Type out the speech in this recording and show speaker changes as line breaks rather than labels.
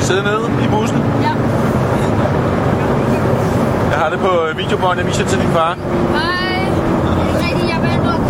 sidde nede i bussen?
Ja.
øh, Jeg har det på videobånd, jeg viser til din far.
Hej. Rigtig, jeg venter.